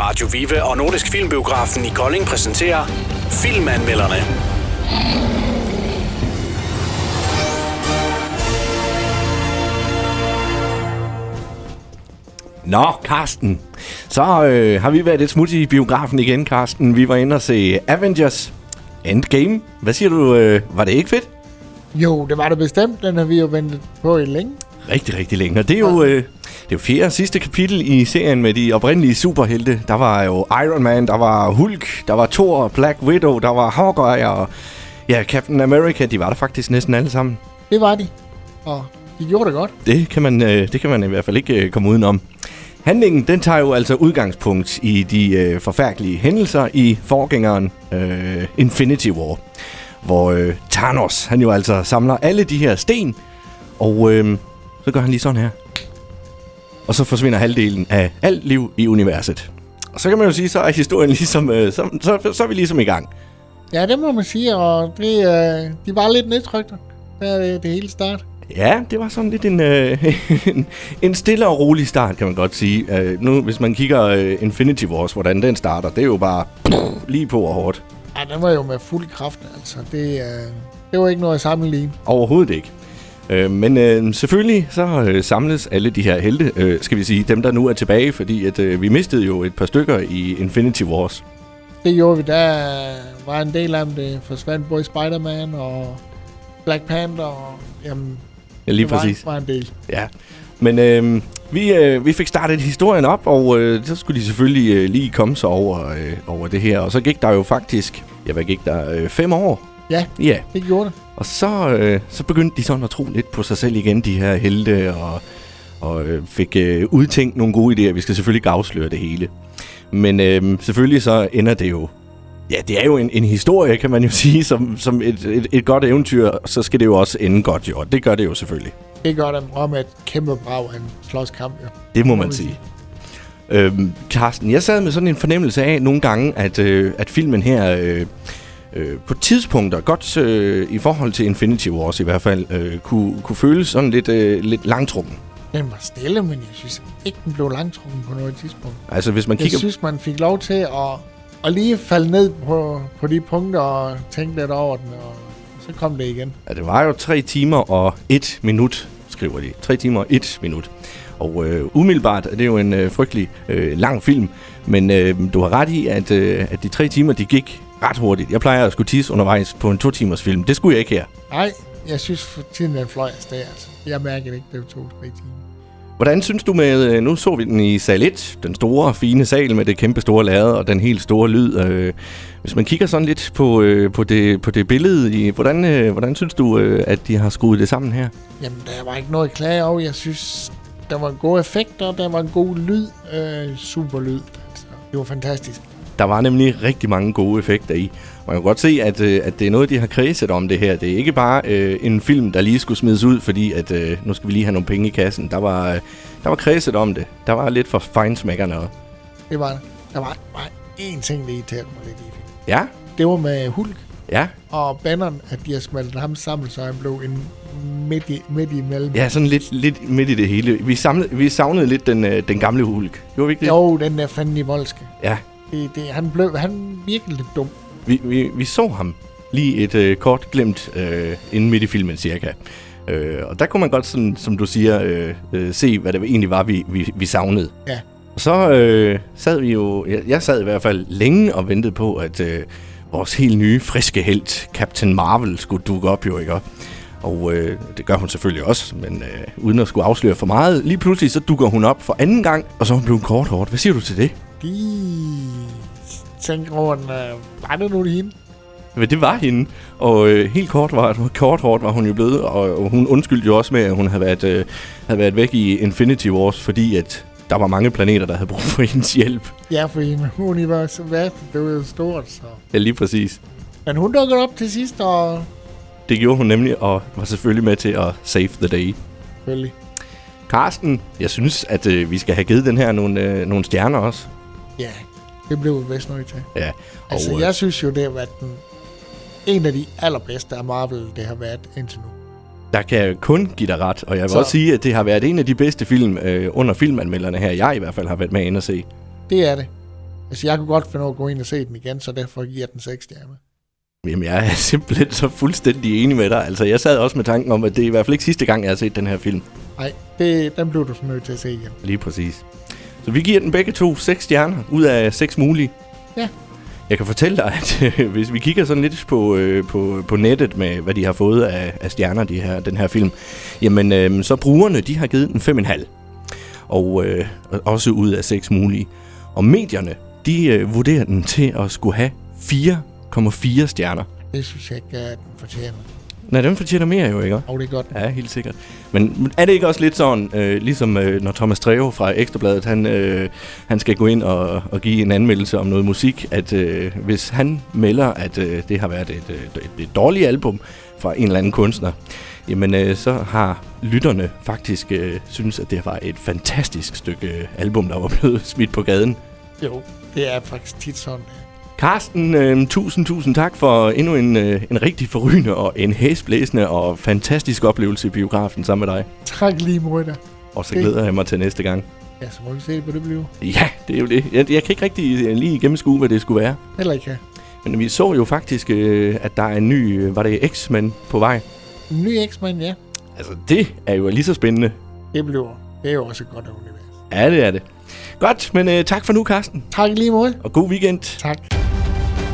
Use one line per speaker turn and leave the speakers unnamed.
Radio Vive og Nordisk Filmbiografen i Kolding præsenterer Filmanmelderne.
Nå, Karsten. Så øh, har vi været lidt smut i biografen igen, Karsten. Vi var inde og se Avengers Endgame. Hvad siger du? Øh, var det ikke fedt?
Jo, det var det bestemt. Den har vi jo ventet på i længe.
Rigtig, rigtig længe. Og det er jo, øh, det er jo fjerde og sidste kapitel i serien med de oprindelige superhelte. Der var jo Iron Man, der var Hulk, der var Thor, Black Widow, der var Hawkeye og ja, Captain America. De var der faktisk næsten alle sammen.
Det var de. Og de gjorde det godt.
Det kan man, øh, det kan man i hvert fald ikke øh, komme udenom. Handlingen den tager jo altså udgangspunkt i de øh, forfærdelige hændelser i forgængeren øh, Infinity War, hvor øh, Thanos han jo altså samler alle de her sten, og øh, så gør han lige sådan her. Og så forsvinder halvdelen af alt liv i universet. Og så kan man jo sige, så er historien ligesom, øh, så, så, så er vi ligesom i gang.
Ja, det må man sige, og det, øh, de var lidt nedtrykte, da det, det hele start.
Ja, det var sådan lidt en, øh, en, en stille og rolig start, kan man godt sige. Øh, nu, hvis man kigger øh, Infinity Wars, hvordan den starter, det er jo bare lige på og hårdt.
Ja, den var jo med fuld kraft, altså. Det, øh, det var ikke noget at sammenligne.
Overhovedet ikke. Øh, men øh, selvfølgelig så øh, samles alle de her helte, øh, skal vi sige, dem der nu er tilbage, fordi at, øh, vi mistede jo et par stykker i Infinity Wars.
Det gjorde vi, der øh, var en del af dem, det forsvandt både Spider-Man og Black Panther, og jamen,
Ja, lige
det var,
præcis.
var en del.
Ja, men øh, vi, øh, vi fik startet historien op, og øh, så skulle de selvfølgelig øh, lige komme sig over, øh, over det her. Og så gik der jo faktisk, ja hvad gik der, øh, fem år?
Ja,
Ja,
det gjorde det.
og så, øh, så begyndte de sådan at tro lidt på sig selv igen, de her helte, og, og øh, fik øh, udtænkt nogle gode idéer. Vi skal selvfølgelig ikke afsløre det hele. Men øh, selvfølgelig så ender det jo... Ja, det er jo en, en historie, kan man jo sige, som, som et, et, et godt eventyr, så skal det jo også ende godt, jo. Og det gør det jo selvfølgelig.
Det gør dem om et kæmpe brag af en slåskamp, jo.
Det må
vi
man sige. Øhm, Carsten, jeg sad med sådan en fornemmelse af nogle gange, at, øh, at filmen her øh, øh, på tidspunkter, godt øh, i forhold til Infinity Wars i hvert fald, øh, kunne, kunne føles sådan lidt, øh, lidt langtrukken.
Den var stille, men jeg synes ikke, den blev langtrukken på noget tidspunkt.
Altså hvis man
Jeg
kigger...
synes, man fik lov til at, at lige falde ned på, på de punkter og tænke lidt over den, og så kom det igen.
Ja, det var jo 3 timer og 1 minut, skriver de. 3 timer og 1 minut. Og øh, umiddelbart er det jo en øh, frygtelig øh, lang film, men øh, du har ret i, at, øh, at de 3 timer, de gik ret hurtigt. Jeg plejer at skulle tisse undervejs på en 2 timers film. Det skulle jeg ikke her.
Nej, jeg synes, for tiden den fløj afsted, altså. Jeg mærkede ikke, det var to-tre timer.
Hvordan synes du med, øh, nu så vi den i sal 1, den store, fine sal med det kæmpe store lærred og den helt store lyd. Øh, hvis man kigger sådan lidt på, øh, på, det, på det billede, i, hvordan, øh, hvordan synes du, øh, at de har skruet det sammen her?
Jamen, der var ikke noget at klage over. Jeg synes, der var gode effekter, der var en god lyd. Øh, super lyd, altså. Det var fantastisk.
Der var nemlig rigtig mange gode effekter i. Man kan godt se, at, øh, at det er noget, de har kredset om det her. Det er ikke bare øh, en film, der lige skulle smides ud, fordi at, øh, nu skal vi lige have nogle penge i kassen. Der var, øh, der var kredset om det. Der var lidt for fejnsmækkerne. også.
Det var Der var bare én ting, der irriterede mig lidt i filmen.
Ja,
Det var med Hulk
ja.
og banneren, at de har smeltet ham sammen, så han blev en midt, i, midt imellem.
Ja, sådan lidt, lidt midt i det hele. Vi, samlede, vi savnede lidt den, øh, den gamle hulk. Gjorde vi ikke det?
Jo, den der fanden i voldske.
Ja.
Det, det, han, blev, han virkede lidt dum.
Vi, vi, vi så ham lige et øh, kort glemt øh, inden midt i filmen cirka. Øh, og der kunne man godt, sådan, som du siger, øh, øh, se, hvad det egentlig var, vi, vi, vi savnede.
Ja.
Og så øh, sad vi jo, jeg, jeg sad i hvert fald længe og ventede på, at øh, vores helt nye, friske held, Captain Marvel, skulle dukke op jo, ikke? Og øh, det gør hun selvfølgelig også, men øh, uden at skulle afsløre for meget. Lige pludselig så dukker hun op for anden gang, og så er hun blevet kort hårdt. Hvad siger du til det?
De tænkte over, den, øh, var det nu det hende?
Men det var hende, og øh, helt kort var, kort hårdt var hun jo blevet, og, og hun undskyldte jo også med, at hun havde været, øh, havde været væk i Infinity Wars, fordi at der var mange planeter, der havde brug for hendes hjælp.
Ja, for hende universet, det var jo stort, så...
Ja, lige præcis.
Men hun dukkede op til sidst, og
Det gjorde hun nemlig, og var selvfølgelig med til at save the day.
selvfølgelig.
Karsten, jeg synes, at øh, vi skal have givet den her nogle, øh, nogle stjerner også.
Ja, det blev vi vist nødt til.
Ja,
Altså,
og, øh,
jeg synes jo, det har været den, en af de allerbedste af Marvel, det har været indtil nu.
der kan jeg kun give dig ret, og jeg vil
Så-
også sige, at det har været en af de bedste film øh, under filmanmelderne her, jeg i hvert fald har været med ind og se.
Det er det. Altså, jeg kunne godt finde ud af at gå ind og se den igen, så derfor giver jeg den 6 stjerner.
Jamen, jeg er simpelthen så fuldstændig enig med dig. Altså, jeg sad også med tanken om, at det er i hvert fald ikke sidste gang, jeg har set den her film.
Nej, det, den blev du så nødt til at se igen.
Lige præcis. Så vi giver den begge to 6 stjerner ud af 6 mulige.
Ja.
Jeg kan fortælle dig, at øh, hvis vi kigger sådan lidt på, øh, på, på nettet med, hvad de har fået af, af stjerner, de her, den her film, jamen øh, så brugerne, de har givet den 5,5. Og øh, også ud af 6 mulige. Og medierne, de øh, vurderer den til at skulle have 4,4 stjerner.
Det synes jeg ikke, at den fortjener.
Nej, den fortjener mere jo, ikke?
Og det er godt.
Ja, helt sikkert. Men er det ikke også lidt sådan, øh, ligesom øh, når Thomas Treve fra Ekstrabladet, han, øh, han skal gå ind og, og give en anmeldelse om noget musik, at øh, hvis han melder, at øh, det har været et, øh, et, et dårligt album fra en eller anden kunstner, jamen øh, så har lytterne faktisk øh, synes, at det var et fantastisk stykke øh, album, der var blevet smidt på gaden.
Jo, det er faktisk tit sådan. det er.
Carsten, øh, tusind, tusind tak for endnu en, øh, en rigtig forrygende og en hæsblæsende og fantastisk oplevelse i biografen sammen med dig.
Tak lige mod dig.
Og så
Det-
glæder jeg mig til næste gang.
Ja, så må vi se, hvad det bliver.
Ja, det er jo det. Jeg, jeg kan ikke rigtig øh, lige gennemskue, hvad det skulle være.
Heller ikke her.
Men vi så jo faktisk, øh, at der er en ny, øh, var det X-Men på vej.
En ny X-Men, ja.
Altså, det er jo lige så spændende.
Det bliver. Det er jo også et godt univers.
Ja, det er det. Godt, men øh, tak for nu, Carsten.
Tak lige mod.
Og god weekend.
Tak.